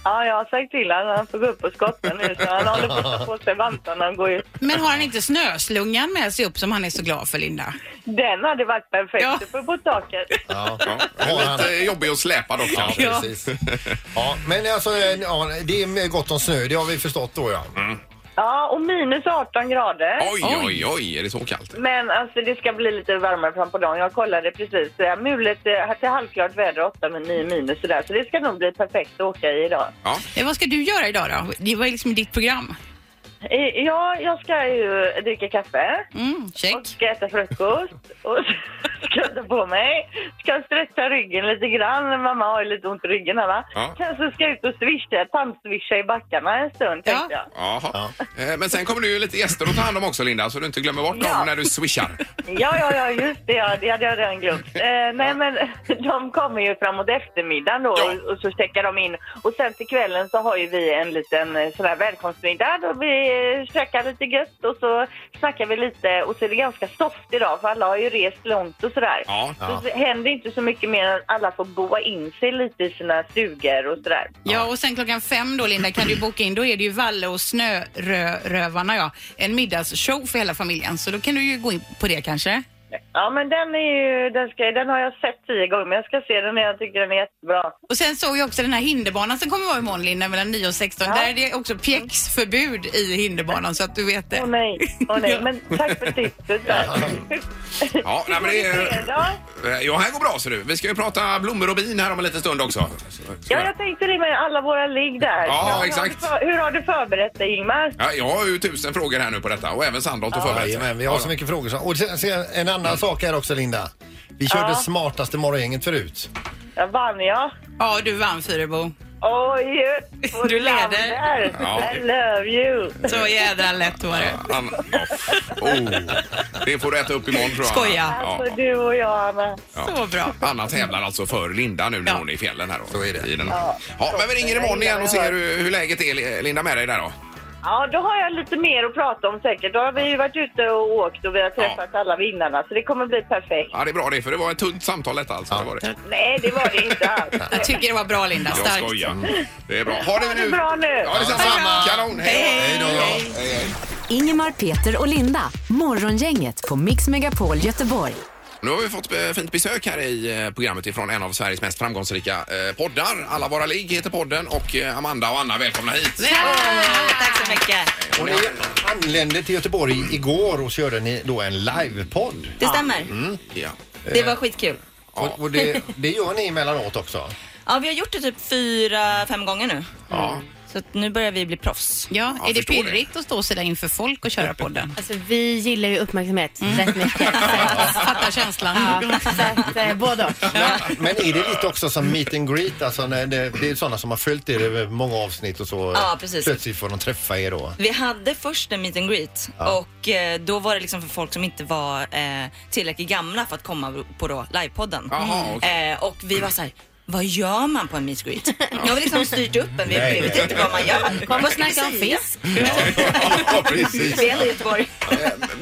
Speaker 8: Ja, jag har sagt till honom att han får gå upp och skotta nu så han håller på att ta på sig vantarna och gå ut.
Speaker 4: Men har han inte snöslungan med sig upp som han är så glad för, Linda?
Speaker 8: Den hade varit perfekt
Speaker 4: Ja.
Speaker 8: uppe på taket.
Speaker 3: Ja.
Speaker 2: Ja.
Speaker 3: Har han-
Speaker 2: Lite jobbig att släpa dock
Speaker 3: Ja,
Speaker 2: kanske.
Speaker 4: Ja.
Speaker 3: precis. Ja, men alltså, eh, ja, det är gott om snö, det har vi förstått då ja.
Speaker 8: Ja, och minus 18 grader.
Speaker 2: Mm. Oj, oj, oj, är det så kallt?
Speaker 8: Men alltså det ska bli lite varmare fram på dagen. Jag kollade precis. Det är mulet eh, till halvklart väder 8 med 9 minus sådär. Så det ska nog bli perfekt att åka i idag.
Speaker 2: Ja.
Speaker 4: Eh, Vad ska du göra idag då? Det var ju liksom ditt program.
Speaker 8: Eh, Ja, jag ska ju dricka kaffe.
Speaker 4: Mm,
Speaker 8: Och
Speaker 4: check.
Speaker 8: ska äta frukost. Och <laughs> ska jag ta på mig. Ska stretcha ryggen lite grann. Mamma har ju lite ont i ryggen här va.
Speaker 2: Ja.
Speaker 8: Kanske ska jag ut och swisha, tandswisha i backarna en stund
Speaker 4: Ja.
Speaker 8: tänkte jag.
Speaker 2: Jaha. Eh, Men sen kommer du ju lite gäster att ta hand om också Linda, så du inte glömmer bort
Speaker 8: Ja.
Speaker 2: dem när du swishar.
Speaker 8: Ja, ja, ja, just det. Ja, det hade jag redan glömt. Eh, nej, men <laughs> de kommer ju framåt eftermiddagen då
Speaker 2: Ja.
Speaker 8: och, och så checkar de in. Och sen till kvällen så har ju vi en liten eh, sån här välkomstmiddag då vi eh, käkar lite gött och så snackar vi lite och så är det ganska soft idag för alla har ju rest långt och sådär.
Speaker 2: Ja.
Speaker 8: Så det händer inte så mycket mer än att alla får boa in sig lite i sina stugor och sådär.
Speaker 4: Ja, och sen klockan fem då, Linda, kan du boka in. Då är det ju Valle och Snörövarna, ja. En middagsshow för hela familjen. Så då kan du ju gå in på det kanske.
Speaker 8: Ja, men den, är ju, den, ska, den har jag sett tio gånger men jag ska se den igen. Jag tycker den är jättebra.
Speaker 4: Och sen såg jag också den här hinderbanan som kommer vara imorgon, Linda, mellan 9 och 16.
Speaker 8: Ja.
Speaker 4: Där är det också pjäxförbud i hinderbanan, så att du vet det.
Speaker 8: Åh nej, åh
Speaker 4: <laughs>
Speaker 8: nej. Men tack för tipset. där.
Speaker 2: Ja, nej, men det är...
Speaker 8: Ja,
Speaker 2: Eh, Ja, här går bra ser du. Vi ska ju prata blommor och bin här om en liten stund också. Så-
Speaker 8: Ja, jag tänkte det med alla våra ligg där.
Speaker 2: Ja,
Speaker 8: Hur har du
Speaker 2: exakt.
Speaker 8: för- Hur har du förberett dig, Ingmar?
Speaker 2: Ja, jag har ju tusen frågor här nu på detta och även Sandholt har förberett sig.
Speaker 3: Jajamän, vi har så mycket frågor. som- Och sen, sen, en annan sak här också Linda. Vi körde smartaste morgongänget förut.
Speaker 8: Jag vann, ja.
Speaker 4: Ja, du vann Fyrebo.
Speaker 8: Oj! och
Speaker 4: Du leder.
Speaker 8: lander.
Speaker 2: Ja.
Speaker 8: I love you.
Speaker 4: Så jädra lätt var det.
Speaker 2: Han, ja. oh, det får du äta upp imorgon tror jag.
Speaker 4: Skoja.
Speaker 2: Ja,
Speaker 8: Alltså, du och jag, Anna.
Speaker 4: Så bra.
Speaker 2: Anna tävlar alltså för Linda nu när
Speaker 4: Ja.
Speaker 2: hon är i fjällen här. då.
Speaker 3: Så är det.
Speaker 2: I den. Ja. men vi ringer imorgon igen och ser hur, hur läget är Linda med dig där då.
Speaker 8: Ja, då har jag lite mer att prata om säkert. Då har vi ju varit ute och åkt och vi har träffat alla vinnarna, så det kommer bli perfekt.
Speaker 2: Ja, det är bra det för det var ett tunt samtal detta alltså. Det var det.
Speaker 8: Nej, det var det inte alls.
Speaker 4: <laughs> Jag tycker det var bra, Linda.
Speaker 2: Jag
Speaker 4: Starkt. Mm.
Speaker 2: skojar. Det är bra. Ha det,
Speaker 8: Ha det bra nu.
Speaker 2: Ja, detsamma.
Speaker 3: Ja, detsamma.
Speaker 2: Kanon. Hej. då.
Speaker 4: Hej,
Speaker 3: då.
Speaker 5: Ingemar, Peter och Linda. Morgongänget på Mix Megapol Göteborg.
Speaker 2: Nu har vi fått eh, fint besök här i eh, programmet ifrån en av Sveriges mest framgångsrika eh, poddar. Alla våra ligg heter podden och eh, Amanda och Anna välkomna hit.
Speaker 4: Tack så mycket.
Speaker 3: Och ni anlände till Göteborg igår och så körde ni då en livepodd. Mm. Eh,
Speaker 8: Det stämmer.
Speaker 2: Ja.
Speaker 8: Det var skitkul.
Speaker 3: Och, och det, det gör ni emellanåt också.
Speaker 8: Ja, vi har gjort det typ fyra, fem gånger nu.
Speaker 2: Ja.
Speaker 9: Så att nu börjar vi bli proffs.
Speaker 4: Ja, är det pirrigt att stå sådär inför folk och köra podden?
Speaker 10: Alltså, vi gillar ju uppmärksamhet rätt mycket.
Speaker 4: Mm. <laughs> Fattar känslan.
Speaker 10: Ja, så att, eh, både och.
Speaker 3: Men är det lite också som meet and greet? Alltså när det, det är sådana som har följt er över många avsnitt och så
Speaker 9: Ja, precis.
Speaker 3: plötsligt får de träffa er då.
Speaker 9: Vi hade först en meet and greet
Speaker 3: Ja.
Speaker 9: och eh, då var det liksom för folk som inte var eh, tillräckligt gamla för att komma på då livepodden.
Speaker 2: Jaha,
Speaker 9: Mm.
Speaker 2: okej.
Speaker 9: eh, och vi var så här, vad gör man på en meet and
Speaker 3: <laughs>
Speaker 9: greet? Nu har vi liksom styrt upp en, vi
Speaker 2: Nej.
Speaker 9: vet inte vad man gör.
Speaker 10: Man får
Speaker 9: Vad ska vi
Speaker 10: snacka om
Speaker 9: säga?
Speaker 10: fisk.
Speaker 2: Ja, <laughs> precis.
Speaker 9: Fel i Göteborg.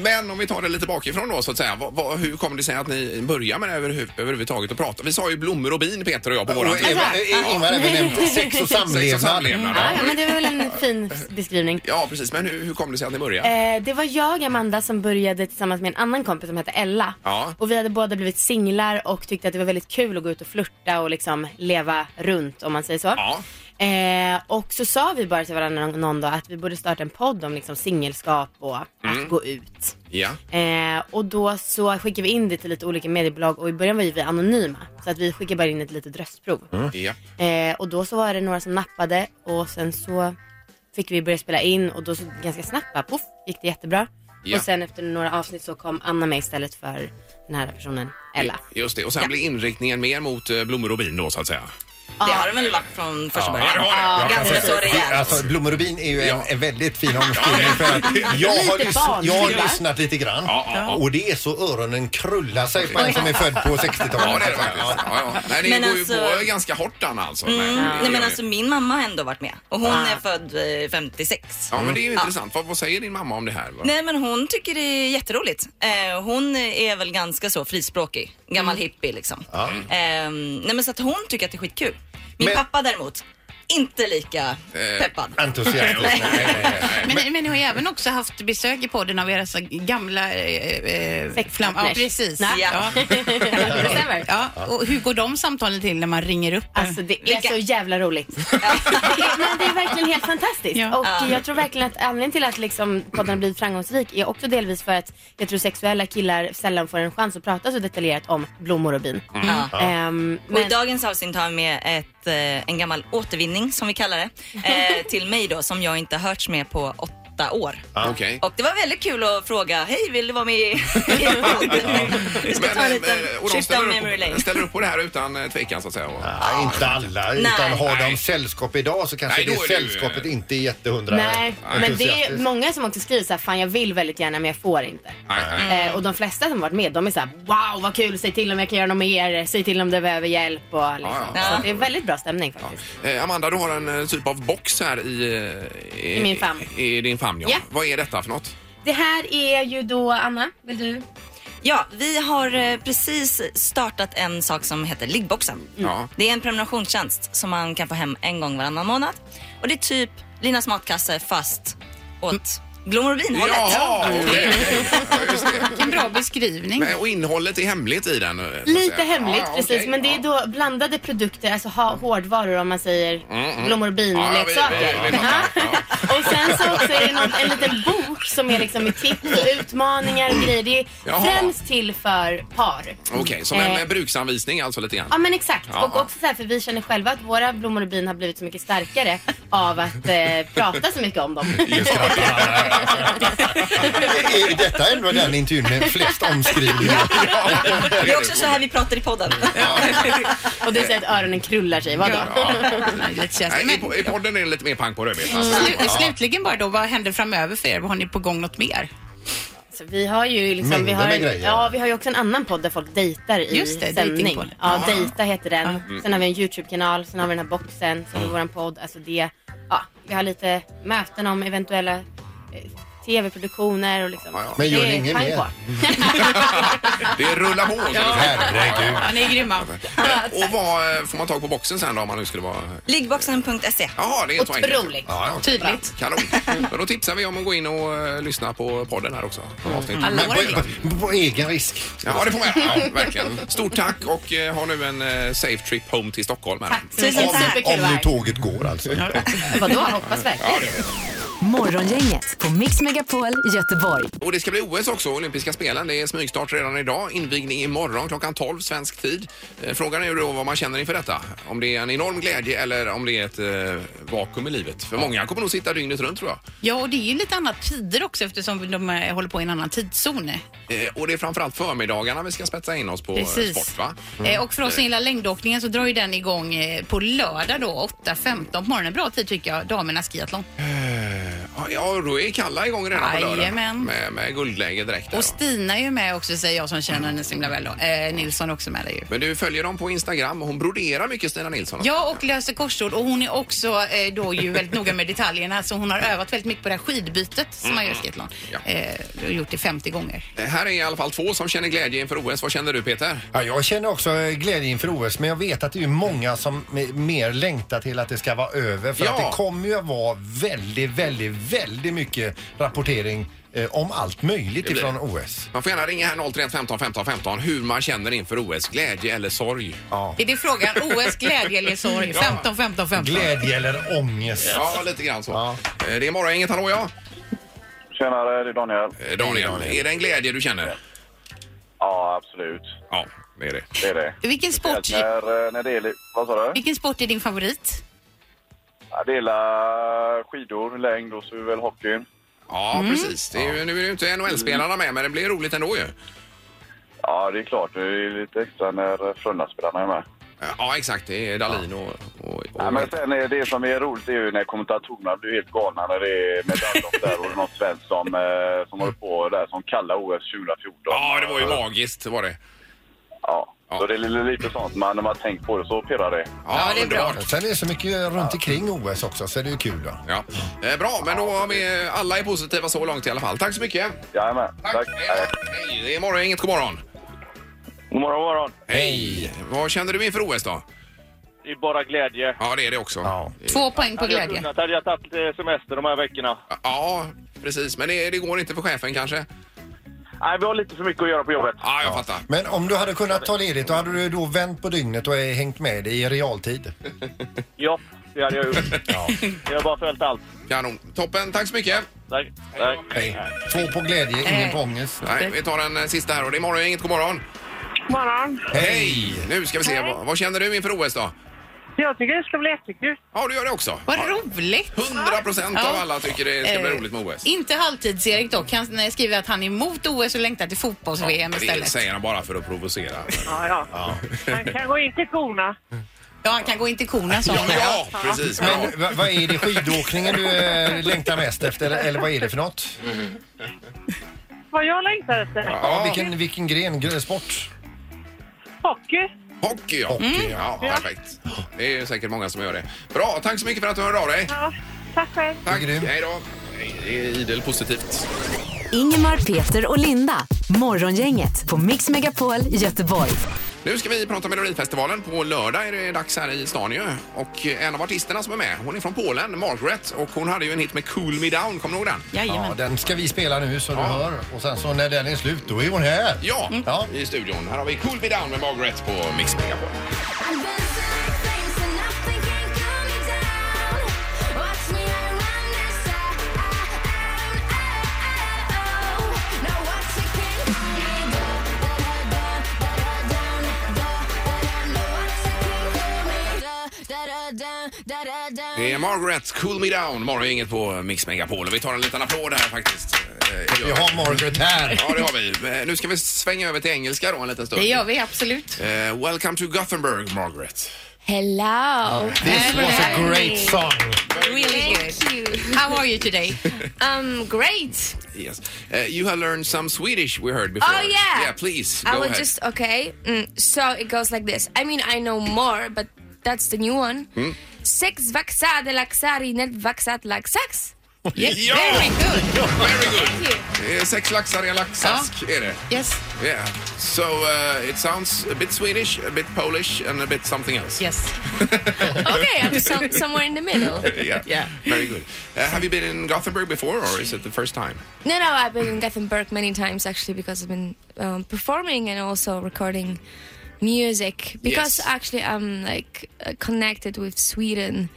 Speaker 2: Men om vi tar det lite bakifrån då så att säga. Vad, vad, hur kommer det sig att ni börjar med det överhu- överhuvudtaget att prata? Vi sa ju blommor och bin Peter och jag på
Speaker 3: Och
Speaker 2: våran
Speaker 3: Ingmar-
Speaker 2: Ja.
Speaker 3: Ingmar även nämnde sex och samlevnad.
Speaker 2: Sex och samlevnad,
Speaker 10: Ja, ja, men det var väl en fin beskrivning.
Speaker 2: Ja, precis. Men hur, hur kom det sig att ni började?
Speaker 10: Eh, det var jag, Amanda, som började tillsammans med en annan kompis som hette Ella.
Speaker 2: Ja.
Speaker 10: Och vi hade båda blivit singlar och tyckte att det var väldigt kul att gå ut och flirta och liksom leva runt om man säger så. Eh, och så sa vi bara till varandra någon- någon dag att vi borde starta en podd om liksom singelskap och
Speaker 2: Mm.
Speaker 10: att gå ut.
Speaker 2: Ja.
Speaker 10: Eh, och då så skickade vi in det till lite olika mediebolag och i början var ju vi anonyma. Så att vi skickade bara in ett litet röstprov.
Speaker 9: Mm.
Speaker 2: Ja.
Speaker 10: Eh, och då så var det några som nappade och sen så fick vi börja spela in och då så ganska snabbt bara, poff, gick det jättebra.
Speaker 2: Ja.
Speaker 10: Och sen efter några avsnitt så kom Anna med istället för den här personen, Ella.
Speaker 2: Just det. Och sen blir inriktningen mer mot eh, blommor och bin då så att säga.
Speaker 9: Det har de väl lagt från första
Speaker 2: Ja,
Speaker 9: början?
Speaker 2: det har det. Ja,
Speaker 9: Ganska
Speaker 2: precis.
Speaker 9: så rejält.
Speaker 3: Alltså, blommor och bin är ju en, en väldigt fin omskrivning. För att jag, har
Speaker 9: Lite
Speaker 3: lyss- jag har
Speaker 9: barnfri, va?
Speaker 3: lyssnat lite grann
Speaker 9: ja.
Speaker 3: och det är så öronen krullar sig på en som är född på 60-talet.
Speaker 2: Ja, det är det faktiskt. Ja, ja. Nej, det
Speaker 9: Men
Speaker 2: går ju
Speaker 9: alltså-
Speaker 2: på ganska hårt Anna alltså.
Speaker 9: Mm.
Speaker 2: Men-
Speaker 9: Nej men alltså min mamma har ändå varit med och hon
Speaker 2: Ah.
Speaker 9: är född eh, 56.
Speaker 2: Ja, men det är ju intressant. Vad, vad säger din mamma om det här? va?
Speaker 9: Nej men hon tycker det är jätteroligt. Eh, hon är väl ganska så frispråkig, gammal hippie liksom.
Speaker 2: Ja.
Speaker 9: Ehm, nej men så att hon tycker att det är skitkul. Min
Speaker 3: Men-
Speaker 9: pappa däremot, inte lika
Speaker 3: Eh,
Speaker 9: peppad.
Speaker 3: entusiastisk. Nej,
Speaker 4: Men, men ni har ju även också haft besök i podden av era så gamla... Eh, eh, flam- ja,
Speaker 10: partners.
Speaker 4: precis.
Speaker 10: Nej.
Speaker 4: Ja. <laughs> ja. Och hur går de samtalen till när man ringer upp? Alltså
Speaker 10: det är så jävla roligt. Men det är verkligen helt fantastiskt. Och
Speaker 4: Ja.
Speaker 10: jag tror verkligen att anledningen till att liksom podden har blivit framgångsrik är också delvis för att jag tror sexuella killar sällan får en chans att prata så detaljerat om blommor och bin.
Speaker 9: Mm. Ja.
Speaker 10: Ehm,
Speaker 9: Och i dagens avsnitt har vi med ett, eh, en gammal återvinning som vi kallar det. Eh, till mig då som jag inte har hörts med på åtta år.
Speaker 2: Ah. Okej.
Speaker 9: Och det var väldigt kul att fråga, hej vill du vara med i
Speaker 2: Vi
Speaker 9: ska ta en liten
Speaker 2: Och de
Speaker 9: trip down memory
Speaker 2: ställer
Speaker 9: lane.
Speaker 2: upp, ställer upp på det här utan eh, tvekan så att säga.
Speaker 3: Ja, inte alla,
Speaker 2: Nej.
Speaker 3: utan har
Speaker 2: Nej.
Speaker 3: de sällskap idag så kanske
Speaker 2: Nej, då
Speaker 3: det
Speaker 2: är det ju-
Speaker 3: sällskapet inte är jättehundra
Speaker 10: Nej, men det är
Speaker 3: entusiastiskt.
Speaker 10: många som också skriver så här, fan jag vill väldigt gärna men jag får inte. Eh, och de flesta som varit med, de är så här, wow vad kul, säg till om jag kan göra något mer, säg till om du behöver hjälp och liksom.
Speaker 2: Ja, ja.
Speaker 10: Så det är väldigt bra stämning faktiskt.
Speaker 2: Eh, Amanda, du har en eh, typ av box här i... eh,
Speaker 10: I min famn.
Speaker 2: I din famn, ja.
Speaker 10: Ja.
Speaker 2: Vad är detta för något?
Speaker 10: Det här är ju då, Anna, vill du?
Speaker 9: Ja, vi har eh, precis startat en sak som heter Liggboxen.
Speaker 2: Mm. Ja.
Speaker 9: Det är en prenumerationstjänst som man kan få hem en gång varannan månad. Och det är typ Linas matkasse fast åt Glomorbin-hållet.
Speaker 2: Mm. Jaha, okej.
Speaker 9: <laughs>
Speaker 4: En bra beskrivning.
Speaker 2: Men, och innehållet är hemligt i den? eh, så att
Speaker 10: Lite
Speaker 2: säga.
Speaker 10: hemligt
Speaker 2: Ja, ja,
Speaker 10: precis,
Speaker 2: okej.
Speaker 10: men det är då blandade produkter, alltså ha, hårdvaror om man säger
Speaker 2: Mm, mm.
Speaker 10: blommor och bin,
Speaker 2: Ja, vi-
Speaker 10: leksaker.
Speaker 2: vi- vi fattar.
Speaker 10: Och sen så också är det någon, en liten bok som är liksom med tips och utmaningar och grejer. Det är
Speaker 2: Jaha.
Speaker 10: främst till för par.
Speaker 2: Okej, som en
Speaker 10: Eh,
Speaker 2: eh, bruksanvisning alltså lite grann?
Speaker 10: Ja men exakt.
Speaker 2: Ja.
Speaker 10: Och också så här, för vi känner själva att våra blommor och bin har blivit så mycket starkare av att eh, prata så mycket om dem.
Speaker 3: Är- är Detta är ändå den intervjun med flest omskrivningar.
Speaker 9: Det är också så här vi pratar i podden.
Speaker 10: <laughs> och du säger att öronen krullar sig, vadå? <laughs>
Speaker 2: Nej, i, po- I podden är det lite mer pang på
Speaker 4: <laughs>
Speaker 2: rödbetan.
Speaker 4: Slu- Slutligen bara då, vad händer framöver för er? Har ni på gång något mer?
Speaker 10: Så vi har ju liksom,
Speaker 4: Mängder
Speaker 10: vi har,
Speaker 4: med grejer.
Speaker 10: ja, vi har ju också en annan podd där folk dejtar i
Speaker 4: Just det,
Speaker 10: sändning.
Speaker 4: datingpodden.
Speaker 10: Ja,
Speaker 4: Ah.
Speaker 10: Dejta heter den.
Speaker 4: Mm.
Speaker 10: Sen har vi en YouTube-kanal, sen har vi den här boxen,
Speaker 3: Mm.
Speaker 10: sen har vi våran podd. Alltså det, ja, vi har lite möten om eventuella eh, tv-produktioner och liksom.
Speaker 3: Men gör
Speaker 10: Det
Speaker 4: Eh,
Speaker 3: ni
Speaker 10: är
Speaker 3: inget
Speaker 10: pang
Speaker 3: mer? Ah,
Speaker 10: på.
Speaker 2: <laughs> Det rullar på. så att säga.
Speaker 3: Herregud.
Speaker 4: Ja, ni är grymma.
Speaker 2: Och vad eh, får man tag på boxen sen då om man nu skulle vara...
Speaker 9: Liggboxen.se.
Speaker 2: Jaha, det är så enkelt. Ja, ja.
Speaker 4: Tydligt.
Speaker 2: Kanon. Men då tipsar vi om att gå in och eh, lyssna på podden här också. På avsnitt.
Speaker 3: Mm. Men på, på, på egen risk.
Speaker 2: Ja, det får man göra. Ja, verkligen. Stort tack och eh, ha nu en eh, safe trip home till Stockholm. Här.
Speaker 3: Om, om nu tåget går alltså.
Speaker 10: Vadå, hoppas verkligen.
Speaker 5: Morgongänget på Mix Megapol Göteborg.
Speaker 2: Och det ska bli OS också, olympiska spelen. Det är smygstart redan idag. Invigning imorgon klockan 12 svensk tid. Eh, Frågan är ju då vad man känner inför detta. Om det är en enorm glädje eller om det är ett eh, vakuum i livet. För många kommer nog sitta dygnet runt tror jag.
Speaker 4: Ja, och det är ju lite annat tider också eftersom de eh, håller på i en annan tidszon.
Speaker 2: Eh, Och det är framförallt förmiddagarna vi ska spetsa in oss på eh,
Speaker 4: Precis.
Speaker 2: sport va?
Speaker 4: Eh, Och för oss som gillar längdåkningen så drar ju den igång eh, på lördag då 8.15 på morgonen. Bra tid tycker jag, damernas skiathlon.
Speaker 2: Eh, Ja, då är Kalla igång redan på lördag.
Speaker 4: Jajamän.
Speaker 2: Med, med guldläge direkt. där,
Speaker 4: Och
Speaker 2: va?
Speaker 4: Stina är ju med också säger jag som känner henne så himla väl då. Eh, Nilsson är också med där ju.
Speaker 2: Men du följer dem på Instagram och hon broderar mycket Stina Nilsson.
Speaker 4: Ja, och löser korsord och hon är också eh, då ju väldigt noga med detaljerna. Så hon har övat väldigt mycket på det här skidbytet som
Speaker 2: Mm.
Speaker 4: man gör i skiathlon. Eh, du har gjort det 50 gånger.
Speaker 2: Eh, Här är i alla fall två som känner glädje inför OS. Vad känner du Peter?
Speaker 3: Ja, jag känner också eh, glädje inför OS men jag vet att det är ju många som me- mer längtar till att det ska vara över för
Speaker 2: Ja.
Speaker 3: att det kommer ju att vara väldigt, väldigt, väldigt mycket rapportering eh, om allt möjligt
Speaker 2: Det blir
Speaker 3: ifrån
Speaker 2: det.
Speaker 3: OS.
Speaker 2: Man får gärna ringa här 031 15 15 15 hur man känner inför OS. Glädje eller sorg?
Speaker 3: Ja.
Speaker 4: Är det frågan? OS, glädje eller sorg?
Speaker 2: <laughs> Ja.
Speaker 4: 15, 15, 15.
Speaker 3: eller ångest?
Speaker 2: Ja, lite grann så. Eh, Det är Morgongänget, hallå ja? Eh,
Speaker 11: Tjenare, det är Daniel.
Speaker 2: Daniel, är det en glädje du känner?
Speaker 11: Ja, absolut.
Speaker 2: Ja, det är det.
Speaker 11: Det är det.
Speaker 4: Vilken sport,
Speaker 11: När, eh, när det är, li- vad sa du?
Speaker 4: vilken sport är din favorit?
Speaker 11: Ja, det är la- skidor, längd och så är det väl hockeyn.
Speaker 2: Ja,
Speaker 4: Mm.
Speaker 2: precis. Det är ju, nu är det ju inte NHL-spelarna med, men det blir roligt ändå ju.
Speaker 11: Mm. Ja, det är klart. Det är lite extra när Frölundaspelarna är med.
Speaker 2: Ja, exakt. Det är Dahlin och... och,
Speaker 11: Ja, men sen är det som är roligt är ju när kommentatorerna blir helt galna när det är medaljlopp där och det är någon svensk som, eh, som håller på där som kallar OS 2014.
Speaker 2: Ja, det var ju magiskt var det.
Speaker 11: Ja, så det är lite, lite sånt. Men när man tänker på det så pirrar det.
Speaker 2: Ja, det är bra.
Speaker 3: Sen är det så mycket runt omkring OS också så det är ju kul då.
Speaker 2: Ja. Eh, Bra, men då har vi alla är positiva så långt i alla fall. Tack så mycket.
Speaker 11: Jajamän.
Speaker 2: Tack. Hej, det är Morgongänget. God morgon.
Speaker 11: God morgon, god morgon.
Speaker 2: Hej. Vad känner du inför OS då?
Speaker 11: Det är bara glädje.
Speaker 2: Ja, det är det också.
Speaker 4: Två poäng på glädje.
Speaker 11: Hade jag tagit eh, semester de här veckorna.
Speaker 2: Ja, precis. Men det, det går inte för chefen kanske?
Speaker 11: Nej, vi har lite för mycket att göra på jobbet.
Speaker 2: Ja, jag fattar.
Speaker 3: Men om du hade kunnat ta ledigt, då hade du då vänt på dygnet och eh, hängt med i realtid.
Speaker 11: Ja, det hade jag
Speaker 2: <laughs>
Speaker 11: gjort. Jag har bara följt allt.
Speaker 2: Kanon. Toppen. Tack så mycket.
Speaker 11: Tack.
Speaker 3: Hej. Två på glädje, ingen på ångest.
Speaker 2: Nej, vi tar den eh, sista här och det är Morgongänget. God morgon.
Speaker 12: morgon.
Speaker 2: Hej! Nu ska vi se. Vad, vad känner du inför OS då?
Speaker 12: Jag tycker det ska bli jättekul.
Speaker 2: Ja, du gör det också.
Speaker 4: Vad roligt!
Speaker 2: 100 procent av
Speaker 4: Ja.
Speaker 2: alla tycker det ska bli
Speaker 4: Eh,
Speaker 2: roligt med OS.
Speaker 4: Inte halvtids-Erik dock. Han eh, skriver att han är emot OS och längtar till fotbolls-VM
Speaker 2: Det
Speaker 4: istället.
Speaker 2: säger han bara för att provocera.
Speaker 12: Ja, ja. Man kan gå in till korna.
Speaker 4: Ja, han kan gå in till korna sa hon.
Speaker 2: Ja, precis. Bra.
Speaker 3: Men va- vad är det skidåkningen du eh, längtar mest efter eller, eller vad är det för något?
Speaker 12: Vad jag längtar efter?
Speaker 3: Ja, vilken, vilken gren, gr- sport?
Speaker 12: Hockey.
Speaker 2: Hockey, ja.
Speaker 4: Mm.
Speaker 3: Hockey,
Speaker 2: ja.
Speaker 3: ja.
Speaker 2: Perfekt. Det är ju säkert många som gör det. Bra, tack så mycket för att du hörde av dig.
Speaker 12: Ja, tack själv.
Speaker 2: Tack. Hej då. Nej, Det är idel positivt.
Speaker 5: Ingemar, Peter och Linda. Morgongänget på Mix Megapol Göteborg.
Speaker 2: Nu ska vi prata Melodifestivalen. På lördag är det dags här i stan ju. Och en av artisterna som är med, hon är från Polen, Margaret. Och hon hade ju en hit med Cool Me Down, kommer du ihåg den?
Speaker 3: Ja, den ska vi spela nu så du hör. Och sen så när den är slut, då är hon här.
Speaker 2: Ja,
Speaker 4: Mm.
Speaker 2: i studion. Här har vi Cool Me Down med Margaret på Mix Megapol.
Speaker 1: uh, oh.
Speaker 2: Det är Margaret, Cool Me Down, morgongänget på Mix Megapol. Och vi tar en liten applåd här faktiskt. Eh,
Speaker 3: Vi har Margaret här.
Speaker 2: Ja, det har vi. Eh, Nu ska vi svänga över till engelska då en liten stund.
Speaker 4: Det gör vi absolut.
Speaker 2: Eh, welcome to Gothenburg, Margaret.
Speaker 13: Hello.
Speaker 3: This was a great song.
Speaker 4: Really
Speaker 13: Thank you.
Speaker 4: How are you
Speaker 2: <laughs>
Speaker 4: today?
Speaker 13: um, great.
Speaker 2: Yes. Uh, you have learned some Swedish, we heard before.
Speaker 13: Oh, yeah.
Speaker 2: Yeah, please.
Speaker 13: I
Speaker 2: go
Speaker 13: will
Speaker 2: ahead.
Speaker 13: just okay. Mm, so it goes like this. I mean, I know more, but that's the new one.
Speaker 2: Mm.
Speaker 13: Sex vaxad laxari net vaxat
Speaker 3: <laughs>
Speaker 13: laxax.
Speaker 2: Ja!
Speaker 13: Very good.
Speaker 2: Very good. Eh, Sex laxar i en laxask är det.
Speaker 4: Yes.
Speaker 2: Yeah. So uh, it sounds a bit Swedish, a bit Polish and a bit something else.
Speaker 4: Yes.
Speaker 13: Okay, I'm
Speaker 3: <laughs>
Speaker 13: some, somewhere in the middle.
Speaker 2: <laughs> yeah.
Speaker 4: Yeah.
Speaker 2: Very good. Uh, have you been in Gothenburg before or is it the first time?
Speaker 13: No, no, I've been in Gothenburg many times actually because I've been um, performing and also recording music. Because
Speaker 2: Yes.
Speaker 13: actually, I'm
Speaker 2: Mm.
Speaker 13: like uh, connected with Sweden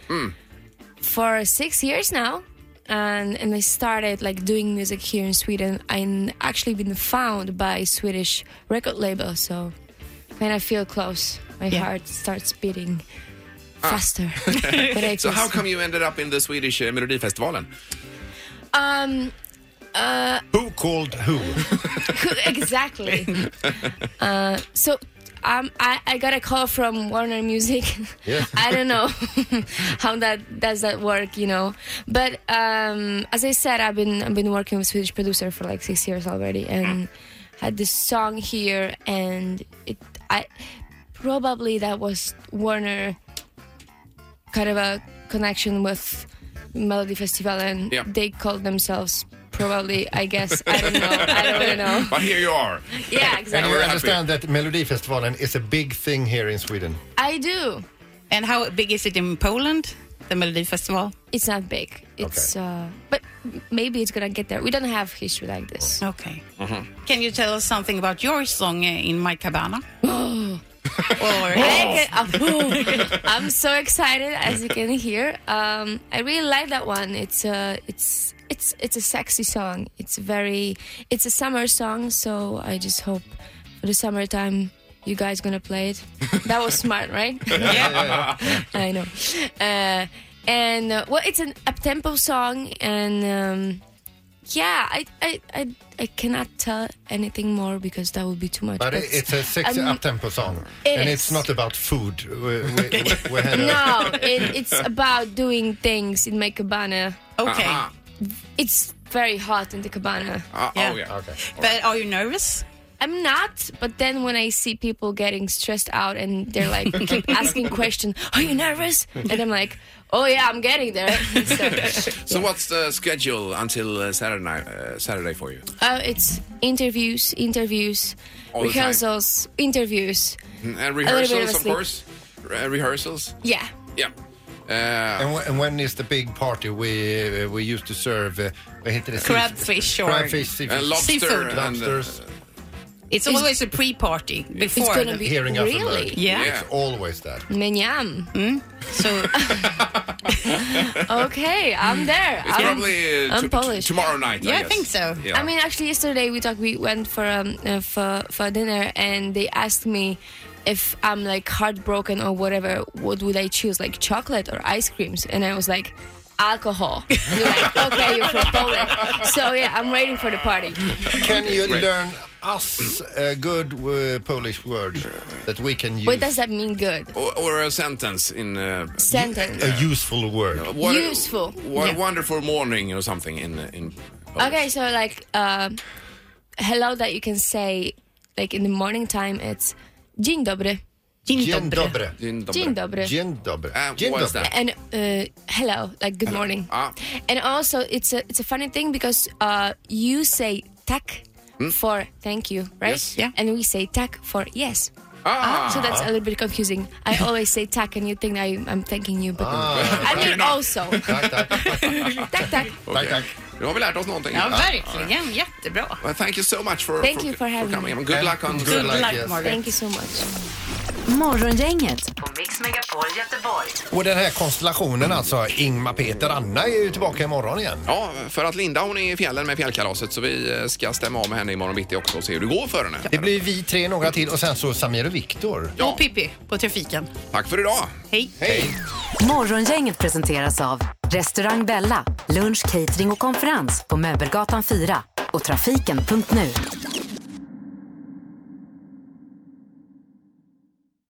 Speaker 13: for six years now. and and I started like doing music here in Sweden. I'm actually been found by Swedish record label, so when I feel close, my heart starts beating
Speaker 2: <laughs>
Speaker 13: faster. But I
Speaker 2: Ah. so
Speaker 13: just-
Speaker 2: how come you ended up in the Swedish eh, Melodifestivalen?
Speaker 13: Um, uh,
Speaker 3: Who
Speaker 13: <laughs>
Speaker 2: <laughs>
Speaker 3: called who? <laughs>
Speaker 13: exactly. Uh, so um, I, I got a call from Warner Music.
Speaker 3: Yeah.
Speaker 13: <laughs> I don't know how that does that work, you know. But um, as I said, I've been I've been working with Swedish producer for like six years already, and had this song here, and it I probably that was Warner kind of a connection with Melody Festival, and
Speaker 2: Yeah.
Speaker 13: they called themselves probably I guess I don't know I don't
Speaker 3: <laughs>
Speaker 13: really know.
Speaker 2: But here you are.
Speaker 13: Yeah,
Speaker 3: And
Speaker 13: exactly.
Speaker 3: we understand that Melodifestivalen is a big thing here in Sweden.
Speaker 13: I do.
Speaker 4: And how big is it in Poland, the Melodifestival?
Speaker 13: It's not big. It's uh, but maybe it's gonna get there. We don't have history like this.
Speaker 4: Okay.
Speaker 2: Mhm.
Speaker 4: Can you tell us something about your song eh, in My Cabana? <gasps>
Speaker 13: Or- I can- oh, <laughs> I'm so excited as you can hear. Um, I really like that one. It's a it's it's it's a sexy song. It's very it's a summer song. So I just hope for the summertime you guys gonna play it. That was smart, right? I know. Uh, and uh, well, it's an up-tempo song, and um, yeah, I, I I I cannot tell anything more because that would be too much.
Speaker 3: But it- it's a sexy
Speaker 13: um,
Speaker 3: up-tempo song.
Speaker 13: It
Speaker 3: and
Speaker 13: is.
Speaker 3: it's not about food. We, we, we had a-
Speaker 13: <laughs> no, it, it's about doing things in my cabana.
Speaker 4: Okay.
Speaker 3: Aha.
Speaker 13: It's very hot in the cabana.
Speaker 3: Uh, oh, Okay.
Speaker 4: But are you nervous?
Speaker 13: I'm not, but then when I see people getting stressed out and they're like
Speaker 3: <laughs>
Speaker 13: keep asking questions, are you nervous? And I'm like, oh yeah, I'm getting there.
Speaker 2: So what's the schedule until uh, Saturday, uh, Saturday for you?
Speaker 13: Uh, it's interviews, interviews,
Speaker 2: All the time.
Speaker 13: rehearsals, interviews.
Speaker 2: Mm,
Speaker 13: A
Speaker 2: And
Speaker 13: little bit of
Speaker 2: rehearsals,
Speaker 13: a
Speaker 2: of
Speaker 13: sleep.
Speaker 2: course. Re- rehearsals.
Speaker 13: Yeah.
Speaker 2: Yeah. Uh,
Speaker 3: and, wh- and when is the big party we uh, we used to serve? Uh, what heter det?
Speaker 4: Crabfish or-
Speaker 3: crabfish, seafood.
Speaker 4: And lobster Seafood. and, uh,
Speaker 3: lobsters.
Speaker 4: It's
Speaker 13: It's-
Speaker 4: always a pre-party before.
Speaker 13: gonna
Speaker 4: the-
Speaker 13: be- Hearing us alert. really?
Speaker 4: Yeah. Hmm?
Speaker 13: Yeah.
Speaker 3: It's always that.
Speaker 13: Menyam.
Speaker 4: So
Speaker 13: <laughs> okay, I'm there.
Speaker 2: It's
Speaker 13: I'm,
Speaker 2: probably uh,
Speaker 13: I'm
Speaker 2: to-
Speaker 13: Polish.
Speaker 2: tomorrow night. I, guess. Yeah.
Speaker 13: I mean, actually, yesterday we talked. We went for um, uh, for for dinner, and they asked me if I'm like heartbroken or whatever. What would I choose, like chocolate or ice creams? And I was like, alcohol. And they're like, okay, you're
Speaker 3: <laughs>
Speaker 13: from Poland, so yeah, I'm waiting for the party.
Speaker 3: Can you learn us a good uh, Polish word that we can use?
Speaker 13: What does that mean? Good
Speaker 2: or, or a sentence in uh,
Speaker 13: sentence.
Speaker 3: a useful word.
Speaker 2: What a-
Speaker 13: Useful.
Speaker 2: what a
Speaker 13: Yeah.
Speaker 2: wonderful morning or something in uh, in.
Speaker 13: Okay, so like um hello that you can say like in the morning time. It's dzień dobry.
Speaker 3: Dzień dobry.
Speaker 2: Dzień
Speaker 13: dobry. Dzień dobry.
Speaker 3: Dzień dobry. Dzień
Speaker 2: what is
Speaker 3: dobry.
Speaker 13: and uh, hello, like good morning.
Speaker 2: Ah.
Speaker 13: And also, it's a it's a funny thing because uh, you say tak
Speaker 2: Mm.
Speaker 13: for thank you, right?
Speaker 2: Yes. Yeah.
Speaker 13: And we say tak for yes.
Speaker 2: Ah.
Speaker 13: So that's a little bit confusing. I always say tak, and you think I, I'm thanking you, but
Speaker 2: Ah.
Speaker 13: I mean also. tak, tak.
Speaker 2: Tack, tack. Nu har vi lärt oss någonting.
Speaker 4: Ja, verkligen. Jättebra.
Speaker 2: Well, thank you so much for,
Speaker 13: Thank
Speaker 2: for,
Speaker 13: you for having
Speaker 2: coming.
Speaker 13: me.
Speaker 2: Good luck on
Speaker 13: Good luck, yes. Thank you so much. Morgongänget
Speaker 5: på Mix Megapol Göteborg.
Speaker 3: Och den här konstellationen alltså, Ingmar, Peter, Anna är ju tillbaka imorgon igen.
Speaker 2: Ja, för att Linda hon är i fjällen med fjällkalaset så vi eh, ska stämma av med henne imorgon bitti också och se hur det går för henne.
Speaker 3: Det blir vi tre, några till och sen så Samir och Viktor.
Speaker 4: Och Pippi på trafiken.
Speaker 2: Tack för idag.
Speaker 4: Hej.
Speaker 2: Hej.
Speaker 5: Morgongänget presenteras av Restaurang Bella, lunch, catering och konferens på Möbelgatan 4 och trafiken.nu.